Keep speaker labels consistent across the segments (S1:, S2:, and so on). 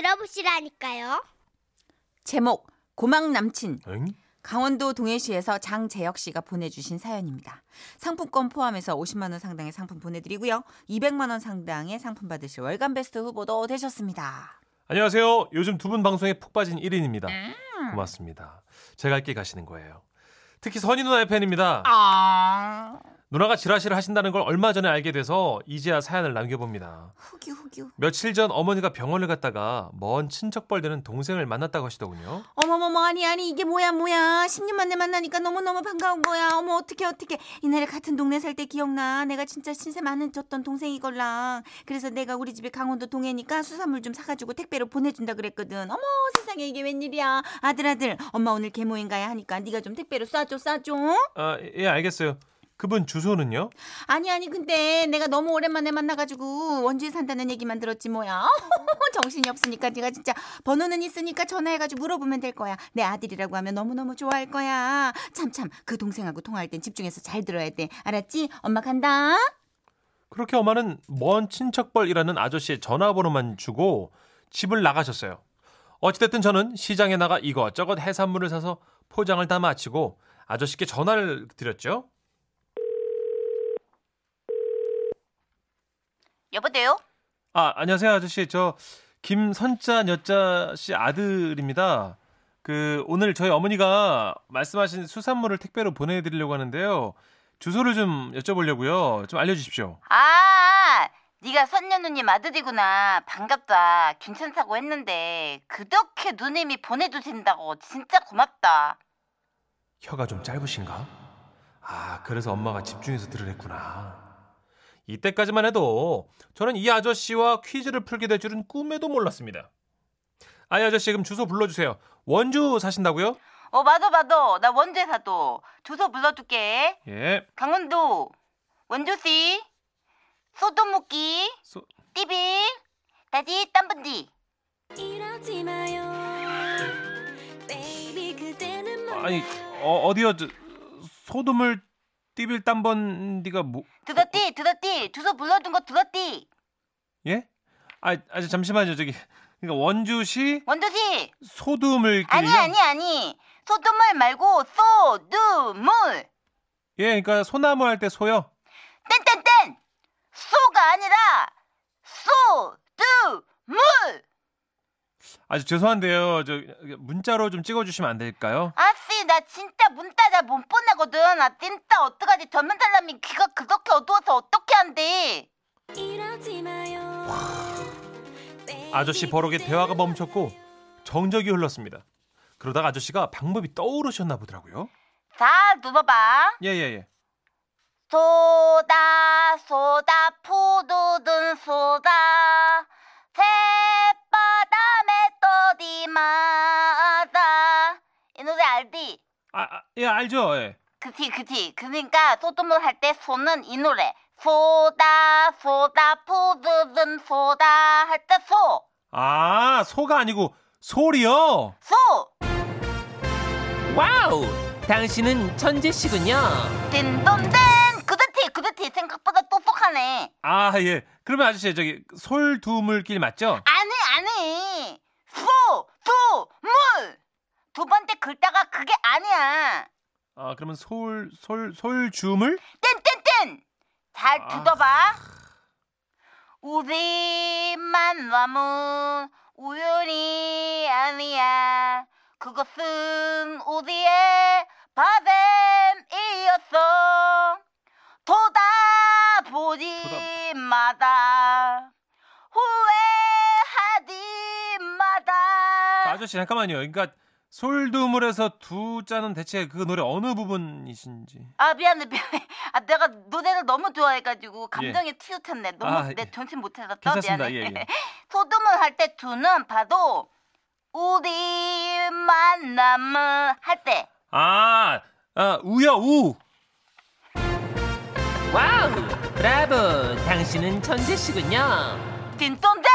S1: 들어보시라니까요.
S2: 제목 고막 남친
S3: 엥?
S2: 강원도 동해시에서 장재혁 씨가 보내주신 사연입니다. 상품권 포함해서 50만 원 상당의 상품 보내드리고요. 200만 원 상당의 상품 받으실 월간 베스트 후보도 되셨습니다.
S3: 안녕하세요. 요즘 두 분 방송에 푹 빠진 1인입니다. 고맙습니다. 제가 할게 가시는 거예요. 특히 선희 누나의 팬입니다.
S2: 아
S3: 누나가 지라시를 하신다는 걸 얼마 전에 알게 돼서 이제야 사연을 남겨봅니다.
S2: 후기 후기.
S3: 며칠 전 어머니가 병원을 갔다가 먼 친척벌 되는 동생을 만났다고 하시더군요.
S2: 어머머머 아니 아니 이게 뭐야 뭐야 10년 만에 만나니까 너무너무 반가운 거야 어머 어떻게 어떻게 이날에 같은 동네 살 때 기억나 내가 진짜 신세 많이 줬던 동생이걸랑 그래서 내가 우리 집이 강원도 동해니까 수산물 좀 사가지고 택배로 보내준다 그랬거든 어머 세상에 이게 웬일이야 아들 아들 엄마 오늘 계모임 가야 하니까 네가 좀 택배로 쏴줘 쏴줘
S3: 아, 예, 알겠어요. 그분 주소는요?
S2: 아니 아니 근데 내가 너무 오랜만에 만나가지고 원주에 산다는 얘기만 들었지 뭐야 정신이 없으니까 네가 진짜 번호는 있으니까 전화해가지고 물어보면 될 거야 내 아들이라고 하면 너무너무 좋아할 거야 참참 그 동생하고 통화할 땐 집중해서 잘 들어야 돼 알았지 엄마 간다
S3: 그렇게 엄마는 먼 친척벌이라는 아저씨의 전화번호만 주고 집을 나가셨어요. 어찌됐든 저는 시장에 나가 이것저것 해산물을 사서 포장을 다 마치고 아저씨께 전화를 드렸죠.
S2: 여보세요
S3: 아, 안녕하세요, 아저씨. 저 김선자 여자 씨 아들입니다. 그 오늘 저희 어머니가 말씀하신 수산물을 택배로 보내 드리려고 하는데요. 주소를 좀 여쭤보려고요. 좀 알려 주십시오.
S4: 아, 네가 선녀 누님 아들이구나. 반갑다. 괜찮다고 했는데 그렇게 누님이 보내주신다고 진짜 고맙다.
S3: 혀가 좀 짧으신가? 아, 그래서 엄마가 집중해서 들으랬구나. 이때까지만 해도 저는 이 아저씨와 퀴즈를 풀게 될 줄은 꿈에도 몰랐습니다. 아이 아저씨 그럼 주소 불러주세요. 원주 사신다고요?
S4: 어, 맞아, 맞아. 나 원주에 사도 주소 불러줄게.
S3: 예.
S4: 강원도 원주시 소도무기
S3: 소-
S4: 띠비 다지 땀분디.
S5: 이러지 마요. Baby, 그대는 뭐 몰라요.
S3: 아니 어, 어디요? 저, 소돔을 띠빌 딴번 니가 뭐
S4: 들었디, 들었디. 주소 불러준 거 들었디.
S3: 예? 아, 아 잠시만요 저기 그러니까 원주시
S4: 원주시.
S3: 소돔을
S4: 아니, 아니, 아니. 소도물 말고 소두물.
S3: 예, 그러니까 소나무 할 때 소요.
S4: 땡땡땡 소가 아니라 소드물
S3: 아 죄송한데요 저 문자로 좀 찍어주시면 안 될까요?
S4: 아씨 나 진짜 문자 잘 못 보내거든 아 진짜 어떡하지 젊은 사람이 귀가 그렇게 어두워서 어떻게 한대
S5: 이러지 마요. Baby,
S3: 아저씨 버럭의
S5: 그대는
S3: 대화가 멈췄고 정적이 흘렀습니다. 그러다가 아저씨가 방법이 떠오르셨나 보더라고요.
S4: 자 눌러봐
S3: 예, 예, 예.
S4: 소다 소다 푸두둔 소다 새바람에 떠디마다 이 노래 알디?
S3: 아, 아, 예, 알죠. 예.
S4: 그치 그치 그러니까 소돔을 할 때 소는 이 노래 소다 소다 푸드든 소다 할 때 소 소
S3: 아, 소가 아니고 소리요.
S6: 와우! 당신은 천재씨군요.
S4: 딘돈댄 그렇지 그렇지 생각보다 똑똑하네
S3: 아, 예. 그러면 아저씨 저기 솔두물길 맞죠?
S4: 아니 아니 소소물두 번째 글자가 그게 아니야
S3: 아, 그러면 솔 솔 솔주물?
S4: 땡땡땡 잘
S3: 아.
S4: 두더봐 우리만 남은 우연이 아니야 그것은 우리의 바램이었어 돌아보지 마다 후회하지
S3: 아,
S4: 마다
S3: 아저씨 잠깐만요. 그러니까 솔두물에서 두 자는 대체 그 노래 어느 부분이신지.
S4: 아 미안해 미안해 아 내가 노래를 너무 좋아해가지고 감정에 치우쳤네 너무
S3: 예. 아,
S4: 내
S3: 예.
S4: 정신 못 차렸어
S3: 괜찮습니다.
S4: 미안해
S3: 예, 예.
S4: 소돔을 할 때 두는 바로 우리 만남을 할때
S3: 아, 아 우여 우.
S6: 와우! 브라보! 당신은 천재씨군요.
S4: 딘돈데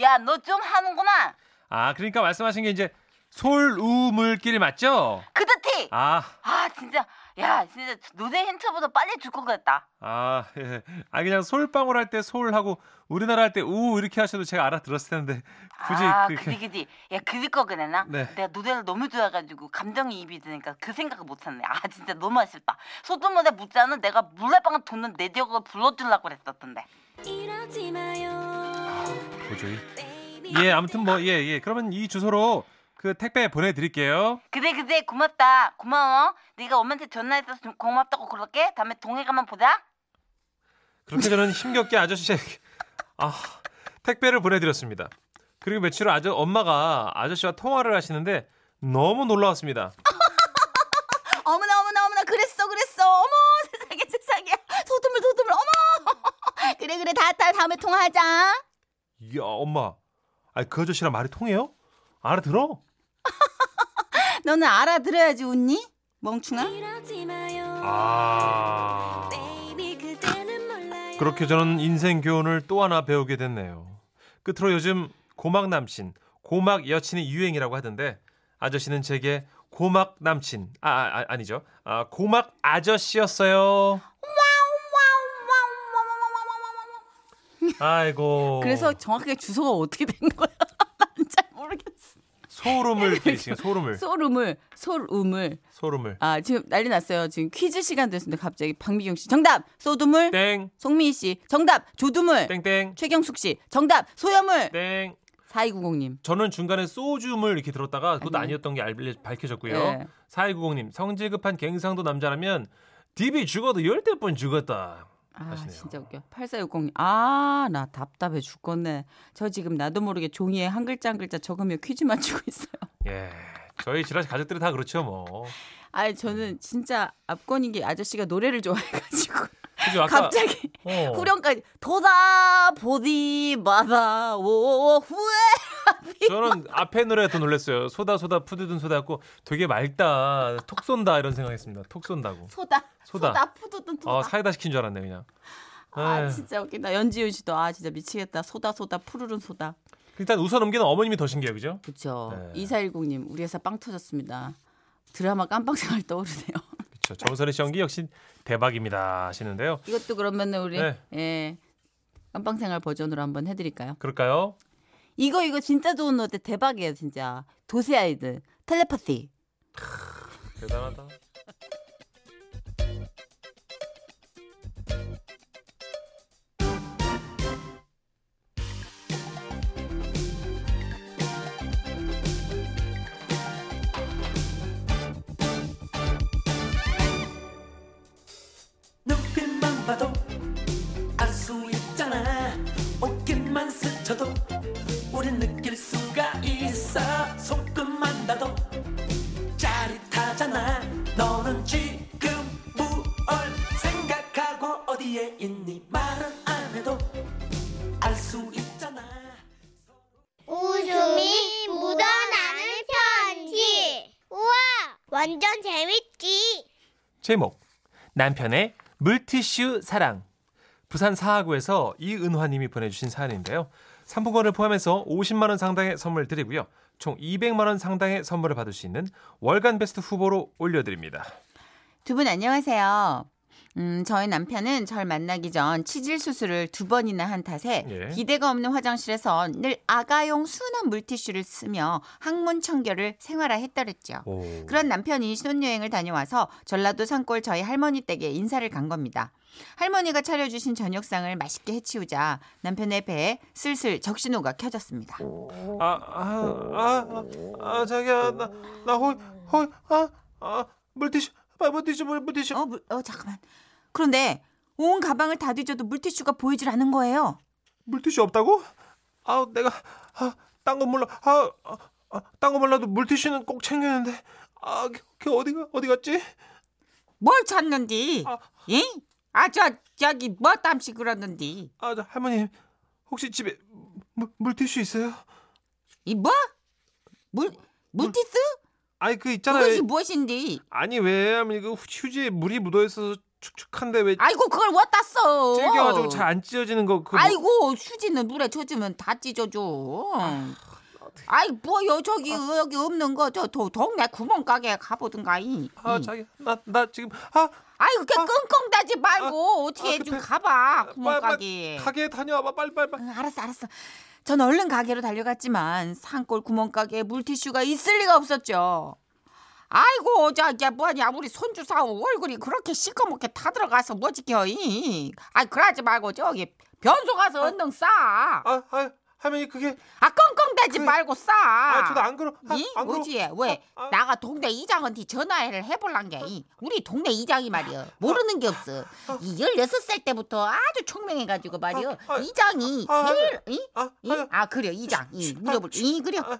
S4: 야 너 좀 하는구나
S3: 아, 그러니까 말씀하신 게 이제 솔우물길 맞죠?
S4: 그렇지
S3: 아,
S4: 아 진짜 야 진짜 노래 힌트보다 빨리 죽고 그랬다.
S3: 아, 예. 아 그냥 솔방울 할 때 솔하고 우리나라 할 때 우 이렇게 하셔도 제가 알아들었을 텐데 굳이
S4: 아
S3: 그렇게
S4: 그지 그지. 야 그지 거 그랬나?
S3: 네.
S4: 내가 노래를 너무 좋아해가지고 감정이 입이 드니까 그 생각을 못했네. 아 진짜 너무 아쉽다. 소뚜물에 묻자는 내가 물레방아 도는 내 지역을 불러주려고 그랬었던데.
S5: 이러지 마요
S3: 도저히.
S5: baby.
S3: 예, 아무튼 뭐 예, 예. 그러면 이 주소로 그 택배 보내 드릴게요.
S4: 그래 그래 고맙다 고마워. 네가 엄마한테 전화해서 좀 고맙다고 그럴게. 다음에 동해 가면 보자.
S3: 그렇게 저는 힘겹게 아저씨에게 아, 택배를 보내 드렸습니다. 그리고 며칠 후 아저 엄마가 아저씨와 통화를 하시는데 너무 놀라웠습니다.
S2: 어머나 어머나 어머나 그랬어 그랬어 어머 세상에 세상에 소두물 소두물 어머 그래 그래 다 다 다음에 통화하자
S3: 야, 엄마. 아, 그 아저씨랑 말이 통해요? 알아들어?
S2: 너는 알아들어야지 웃니 멍충아
S5: 이러지 마요
S3: 아.
S5: baby 그대는 몰라요
S3: 그렇게 저는 인생 교훈을 또 하나 배우게 됐네요. 끝으로 요즘 고막 남친, 고막 여친이 유행이라고 하던데 아저씨는 제게 고막 남친, 아, 아 아, 니죠 아, 고막 아저씨였어요. 아이고.
S2: 그래서 정확하게 주소가 어떻게 된 거야 난 잘 모르겠어
S3: 소름을 끼치요 소름을.
S2: 소름을 소름을
S3: 소름을.
S2: 아 지금 난리 났어요 지금 퀴즈 시간 됐는데 갑자기 박미경 씨 정답 소두물
S3: 아, 땡,
S2: 송미희 씨 정답 조두물
S3: 네. 땡땡, 네.
S2: 최경숙 씨 정답 소염물
S3: 땡.
S2: 4290님
S3: 저는 중간에 소주물 이렇게 들었다가 그것도 음. 예.
S2: 아니.
S3: 아니었던 게 알려- 밝혀졌고요.
S2: 네.
S3: 사 4290님 성질 급한 갱상도 남자라면 DB 죽어도 열대 번 죽었다.
S2: 아
S3: 하시네요.
S2: 진짜 웃겨 8460님 아나 답답해 죽겠네 저 지금 나도 모르게 종이에 한 글자 한 글자 적으며 퀴즈 맞추고 있어요
S3: 예. 저희 지라시 가족들이 다 그렇죠 뭐.
S2: 아니
S3: 음.
S2: 저는 진짜 압권인 게 아저씨가 노래를 좋아해가지고
S3: 그죠 아까
S2: 갑자기
S3: 어.
S2: 후렴까지 도다 보디 마다 오 후에
S3: 저는 앞에 노래 더 놀랐어요. 소다 소다 푸드든 소다 고 되게 맑다. 톡 쏜다 이런 생각했습니다. 톡 쏜다고.
S2: 소다
S3: 소다.
S2: 푸드든 도다
S3: 어 사이다 시킨 줄 알았네 그냥. 예.
S2: 아
S3: 에휴.
S2: 진짜 웃긴다 연지윤 씨도 아 진짜 미치겠다 소다 소다 푸르른 소다
S3: 일단 웃어 넘기는 어머님이 더 신기해요, 그죠?
S2: 그렇죠
S3: 네.
S2: 2410님 우리 회사 빵 터졌습니다 드라마 깜빵생활 떠오르네요
S3: 그렇죠. 정선희 씨 연기 역시 대박입니다 하시는데요.
S2: 이것도 그러면 은 우리
S3: 네.
S2: 예. 깜빵생활 버전으로 한번 해드릴까요?
S3: 그럴까요?
S2: 이거 이거 진짜 좋은 노래 대박이에요 진짜 도세 아이들 텔레파시
S3: 대단하다.
S1: 눈빛만 봐도 알 수 있잖아 옷깃만 스쳐도 우린 느낄 수가 있어 손끝만 닿도 짜릿하잖아 너는 지금 무얼 생각하고 어디에 있니 말은 안 해도 알 수 있잖아
S7: 웃음이 묻어나는 편지. 우와, 완전 재밌지.
S3: 제목 남편의 물티슈 사랑 부산 사하구에서 이은화님이 보내주신 사연인데요. 3분권을 포함해서 50만 원 상당의 선물 드리고요. 총 200만 원 상당의 선물을 받을 수 있는 월간 베스트 후보로 올려드립니다.
S2: 두 분 안녕하세요. 음, 저희 남편은 절 만나기 전 치질 수술을 두 번이나 한 탓에
S3: 예.
S2: 기대가 없는 화장실에선 늘 아가용 순한 물티슈를 쓰며 항문 청결을 생활화했더랬죠. 그런 남편이 신혼여행을 다녀와서 전라도 산골 저희 할머니 댁에 인사를 간 겁니다. 할머니가 차려주신 저녁상을 맛있게 해치우자 남편의 배에 슬슬 적신호가 켜졌습니다.
S3: 아, 아아아 아, 아, 자기야 나나호호아아 물티슈 아, 물티슈 물, 물티슈
S2: 어, 물, 어 잠깐만. 그런데 온 가방을 다 뒤져도 물티슈가 보이질 않은 거예요.
S3: 물티슈 없다고? 아 내가 아, 딴 건 몰라 아, 아, 아, 딴거 몰라도 물티슈는 꼭 챙겼는데 아, 걔- 걔 어디가 어디 갔지?
S2: 뭘 찾는디?
S3: 아.
S2: 예? 아저 저기 뭐 땀시 그러는디?
S3: 아, 저 할머님 혹시 집에 물, 물티슈 있어요?
S2: 이 뭐? 물 물티스?
S3: 아니 그 있잖아요.
S2: 그것이 무엇인디?
S3: 아니 왜 할머니 그 휴지에 물이 묻어 있어서 축축한데 왜
S2: 아이고 그걸 왔다 써.
S3: 그 질겨가지고 잘 안 찢어지는 거 그거 뭐-
S2: 아이고 휴지는 물에 젖으면 다 찢어져.
S3: 같아.
S2: 아이 뭐요 저기 어, 여기 없는 거 저 동네 구멍가게 가보든가 이.
S3: 아, 자기 나 나 지금 아
S2: 아이 그렇게
S3: 아,
S2: 끙끙대지 말고 어떻게
S3: 아,
S2: 좀
S3: 급해.
S2: 가봐
S3: 빨리, 빨리
S2: 구멍가게.
S3: 가게에 다녀와봐 빨리 빨리 빨리.
S2: 응, 알았어 알았어. 전 얼른 가게로 달려갔지만 산골 구멍가게에 물티슈가 있을 리가 없었죠. 아이고 저야 뭐냐 우리 손주 사오 얼굴이 그렇게 시커멓게 타들어가서 뭐 지켜 이. 아이 그러지 말고 저기 변소 가서 얼른 싸. 아
S3: 아, 아 할머니 그게
S2: 끙끙대지
S3: 그-
S2: 말고 싸.
S3: 아, 저도 안 그러 아,
S2: 이?
S3: 안 그러.
S2: 어지에 왜
S3: 아, 아.
S2: 나가 동네 이장한테 전화를 해볼란 게 이. 우리 동네 이장이 말이여 모르는 게 없어 이 열여섯 살 때부터 아주 총명해가지고 말이여
S3: 아, 아,
S2: 이장이
S3: 아, 아,
S2: 제일 이?
S3: 아,
S2: 이?
S3: 아,
S2: 아 그래 이장 이 물어볼 이 그래
S3: 아.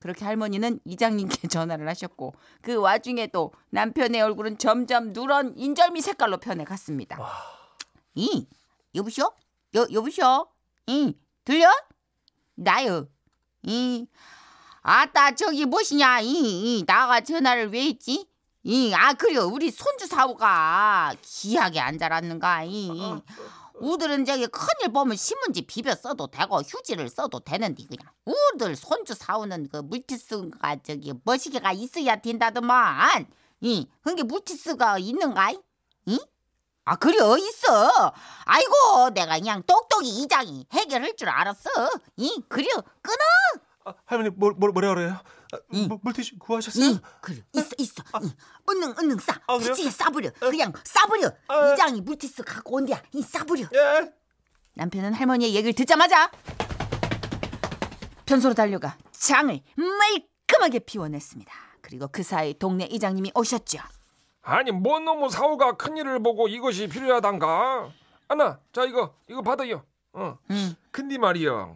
S2: 그렇게 할머니는 이장님께 전화를 하셨고 그 와중에 또 남편의 얼굴은 점점 누런 인절미 색깔로 변해갔습니다 이 여보시오 여 여보시오 이 들려 나요 이 아따 저기 무엇이냐 이, 이 나가 전화를 왜 했지 이 아 그래요 우리 손주 사오가 기하게 안 자랐는가 이
S3: 아.
S2: 우들은 저기 큰일 보면 신문지 비벼 써도 되고 휴지를 써도 되는데 그냥 우들 손주 사오는 그 물티스가 저기 머시기가 있어야 된다더만 이 그게 물티스가 있는가 이? 이? 아 그래 있어 아이고 내가 그냥 똑똑이 이장이 해결할 줄 알았어 이 그래 끊어
S3: 아, 할머니 뭐, 뭐 뭐라 그래요? 아,
S2: 응.
S3: 물- 물티슈 구하셨어요?
S2: 이 그래 있어 있어 응. 얼른 얼른 싸
S3: 아, 그래요?
S2: 부치게 싸버려 그냥 싸버려
S3: 아.
S2: 이장이 물티스 갖고 온대야 이 싸버려
S3: 예.
S2: 남편은 할머니의 얘기를 듣자마자 변소로 달려가 장을 말끔하게 비워냈습니다. 그리고 그 사이 동네 이장님이 오셨죠.
S8: 아니 뭔 놈의 사오가 큰일을 보고 이것이 필요하단가? 아나 자 이거 이거 받아요. 어.
S2: 음.
S8: 근데 말이야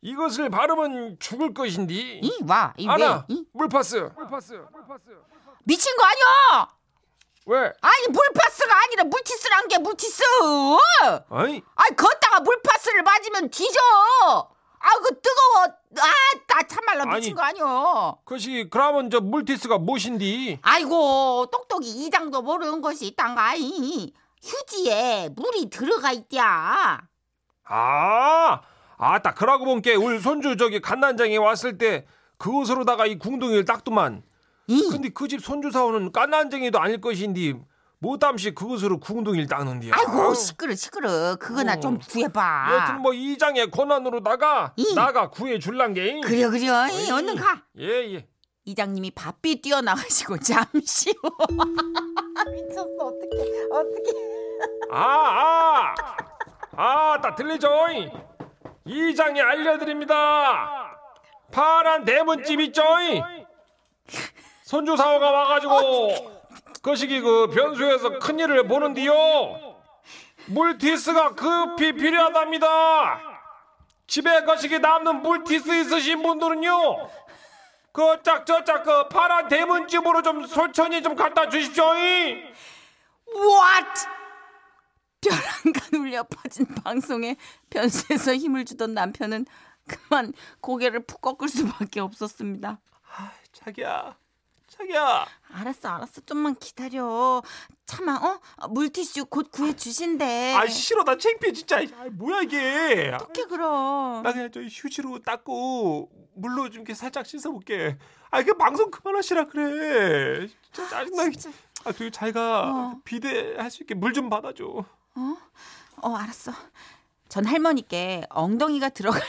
S8: 이것을 바르면 죽을 것인디.
S2: 이와 이 왜?
S8: 아나
S2: 이?
S8: 물파스.
S2: 미친 거 아니야?
S8: 왜?
S2: 아니 물파스가 아니라 물티스란 게 물티스.
S8: 아니
S2: 아니 걷다가 물파스를 맞으면 뒤져. 아 그 뜨거워. 아나 참말로 미친
S8: 아니.
S2: 거 아니야?
S8: 그것이 그러면 저 물티스가 무엇인디?
S2: 아이고 똑똑이 이장도 모르는 것이 있단가 이 휴지에 물이 들어가 있디야.
S8: 아, 아따 그러고 본게 우리 손주 저기 갓난장에 왔을 때 그것으로다가 이 궁둥이를 닦더만.
S2: 이.
S8: 근데 그 집 손주 사오는 갓난쟁이도 아닐 것인디 뭐 못담시 그것으로 궁둥이를
S3: 예.
S8: 닦는디야. 어?
S2: 아이고 시끄러 시끄러 그거나 좀 구해봐
S8: 여튼 뭐 이장의 권한으로다가
S2: 이.
S8: 나가 구해 줄란 게.
S2: 그래 그래 이, 얼른 가
S8: 예 예.
S2: 이장님이 바삐 뛰어나가시고 잠시 후 미쳤어 어떡해 어떡해
S8: 아, 아, 아, 다 들리죠? 이장이 알려드립니다. 파란 대문집 있죠? 손주 사오가 와가지고 그 시기 그 변수에서 큰 일을 보는데요. 물티스가 급히 필요하답니다. 집에 그 시기 남는 물티스 있으신 분들은요. 그 짝저짝 그 파란 대문집으로 좀 솔천히 좀 갖다 주십시오.
S2: What 벼랑간 울려 퍼진 방송에 변수에서 힘을 주던 남편은 그만 고개를 푹 꺾을 수밖에 없었습니다
S3: 자기야. 자기야.
S2: 알았어 알았어 좀만 기다려 참아 어 물티슈 곧 구해 주신대
S3: 아 싫어 나 창피해 진짜. 아, 뭐야 이게.
S2: 어떻게 그럼
S3: 나 그냥 저 휴지로 닦고 물로 좀 이렇게 살짝 씻어볼게. 아 이게 방송 그만하시라 그래. 진짜 짜증나. 아 그리고 자기가
S2: 어.
S3: 비대할 수 있게 물 좀 받아줘.
S2: 어 알았어. 전 할머니께 엉덩이가 들어갈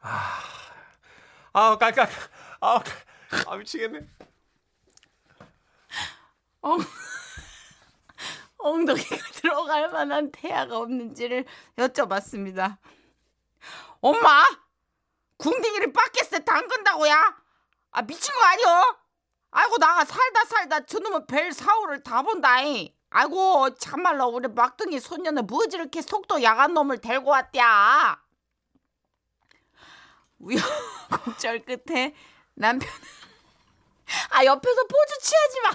S3: 아 깔깔. 아, 아 미치겠네.
S2: 엉덩이가 들어갈 만한 태아가 없는지를 여쭤봤습니다. 엄마, 궁둥이를 밖에서 담근다고야? 아 미친 거 아니여? 아이고 나가 살다 살다 저놈의 벨 사오를 다 본다잉. 아이고 참말로 우리 막둥이 손녀는 뭐지 이렇게 속도 야간 놈을 데리고 왔대야. 우여곡절 끝에 남편은 아 옆에서 포즈 취하지 마.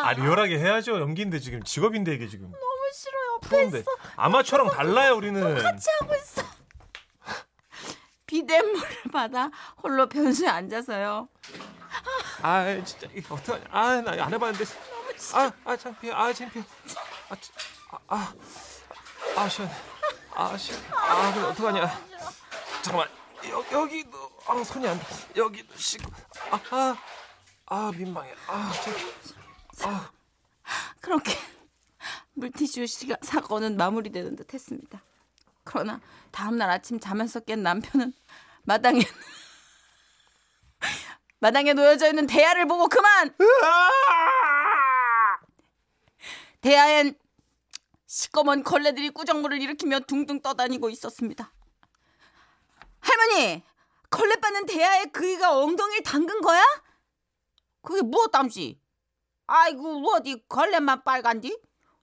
S3: 아 리얼하게 해야죠. 연기인데 지금 직업인데 이게 지금
S2: 너무 싫어 옆에
S3: 프로인데
S2: 있어.
S3: 아마추어랑 달라요 우리는.
S2: 같이 하고 있어. 비대물을 받아 홀로 변수에 앉아서요.
S3: 아 진짜 이거 어떡하냐 아나 안 해봤는데 아아 창피해 아 창피해 아아아 시원해 아 시원해 아 그래 어떡하냐 잠깐만 여, 여기도
S8: 아 손이 안 여기 씻고 아아 아, 민망해 아 참. 아.
S2: 그렇게 물티슈 시가 사건은 마무리되는 듯 했습니다. 그러나 다음날 아침 잠에서 깬 남편은 마당에 마당에 놓여져 있는 대야를 보고 그만 대야엔 시꺼먼 걸레들이 꾸정물을 일으키며 둥둥 떠다니고 있었습니다. 할머니, 걸레 빠는 대야에 그이가 엉덩이를 담근 거야? 그게 무엇담시? 아이고 뭐 어디 걸레만 빨간디?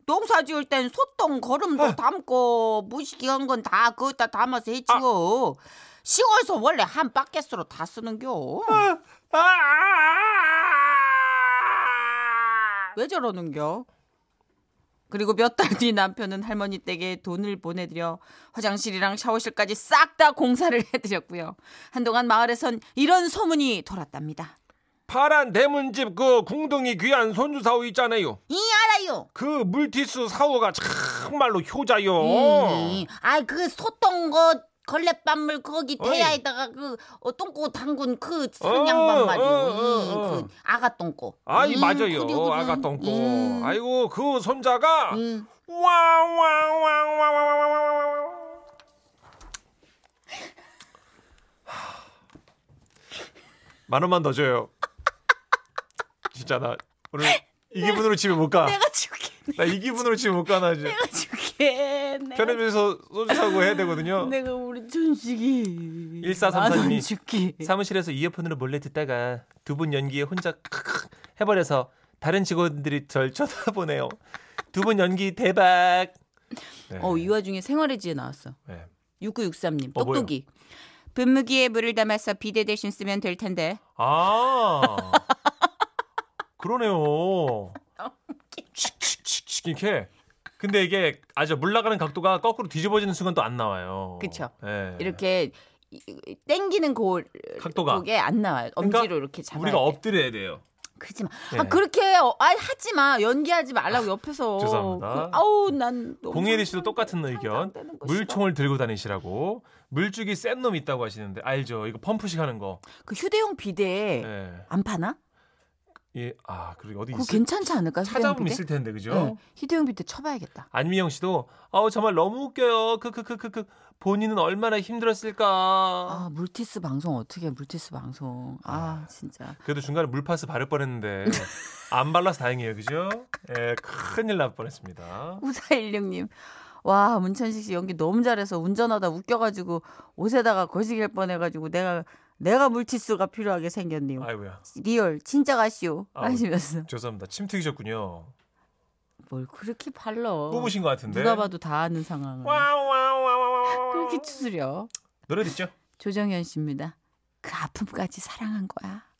S2: 농사 지을 땐 소똥 거름도 담고 무식한 건 다 거기다 담아서 했지요. 시골에서 원래 한 바켓으로 다 쓰는겨. 왜 저러는겨? 그리고 몇 달 뒤 남편은 할머니 댁에 돈을 보내드려 화장실이랑 샤워실까지 싹 다 공사를 해드렸고요. 한동안 마을에선 이런 소문이 돌았답니다.
S8: 파란 대문집 그 궁둥이 귀한 손주 사우 있잖아요
S2: 이 알아요.
S8: 그 물티스 사우가 정말로 효자요 어.
S2: 음, 아이 그 소똥 거 걸레밥물 거기
S8: 어이.
S2: 대야에다가 그 어, 똥꼬 담근 그
S8: 어,
S2: 상냥밥 말이요.
S8: 어, 어,
S2: 음, 그 아가 똥꼬.
S8: 아이
S2: 음,
S8: 맞아요
S2: 그리고 그-
S8: 아가 똥꼬
S2: 음,
S8: 아이고 그 손자가
S2: 음.
S8: 와와와와와와와와
S3: 만 원만 더 줘요. 진짜 나 오늘 이 기분으로 집에 못 가.
S2: 내가 죽겠네.
S3: 나 이 기분으로 집에 못 가. 나 이제
S2: 내가 죽겠네. 네.
S3: 편의점에서 소주 사고 해야 되거든요.
S2: 내가 우리 천식이. 아,
S3: 1434 님이
S2: 나는 죽기.
S3: 사무실에서 이어폰으로 몰래 듣다가 두 분 연기에 혼자 크크 해버려서 다른 직원들이 절 쳐다보네요. 두 분 연기 대박. 네.
S2: 어, 이 와중에 생활의 지혜 나왔어.
S3: 네.
S2: 6963님
S3: 어, 뭐요?
S2: 똑똑이. 분무기에 물을 담아서 비데 대신 쓰면 될 텐데.
S3: 아 그러네요. 칙칙칙칙 이렇게. 근데 이게 아주 물 나가는 각도가 거꾸로 뒤집어지는 순간 또 안 나와요.
S2: 그쵸.
S3: 예.
S2: 이렇게 이- 이- 땡기는 골
S3: 각도가.
S2: 그게 안 나와요. 엄지로
S3: 그러니까
S2: 이렇게 잡아야
S3: 우리가
S2: 돼.
S3: 엎드려야 돼요.
S2: 그러지 마.
S3: 네. 아,
S2: 아 그렇게 어, 아 하지 마. 연기하지 말라고 옆에서.
S3: 죄송합니다.
S2: 그- 아우 난 너무
S3: 공예리 씨도
S2: 상상도-
S3: 똑같은
S2: 상상도 안
S3: 의견.
S2: 되는 거 싫어.
S3: 물총을 들고 다니시라고. 물주기 센 놈 있다고 하시는데 알죠? 이거 펌프식 하는 거.
S2: 그 휴대용 비데
S3: 예.
S2: 안 파나?
S3: 예. 아, 그리고 어디
S2: 그거
S3: 있을
S2: 괜찮지 않을까? 휴대용
S3: 찾아보면
S2: 비데.
S3: 있을 텐데 그죠?
S2: 네, 휴대용 비데 쳐봐야겠다.
S3: 안미영 씨도 아우 정말 너무 웃겨요. 크크크크크. 본인은 얼마나 힘들었을까. 어.
S2: 아 물티스 방송 어떻게 해, 물티스 방송. 아 진짜.
S3: 그래도 중간에 물파스 바를 뻔했는데 안 발라서 다행이에요, 그죠? 예, 큰일 날 뻔했습니다.
S2: 우사일육님. 와 문천식 씨 연기 너무 잘해서 운전하다 웃겨가지고 옷에다가 거시길 뻔해가지고 내가 내가 물티스가 필요하게 생겼네요.
S3: 아이고야,
S2: 리얼 진짜 가시오
S3: 아우.
S2: 하시면서
S3: 죄송합니다. 침 튀기셨군요.
S2: 뭘 그렇게 발러
S3: 뽑으신 것 같은데.
S2: 어, 누가 봐도 다 아는 상황을
S8: 와와와와와
S2: 그렇게 추스려
S3: 노래 듣죠?
S2: 조정현 씨입니다. 그 아픔까지 사랑한 거야.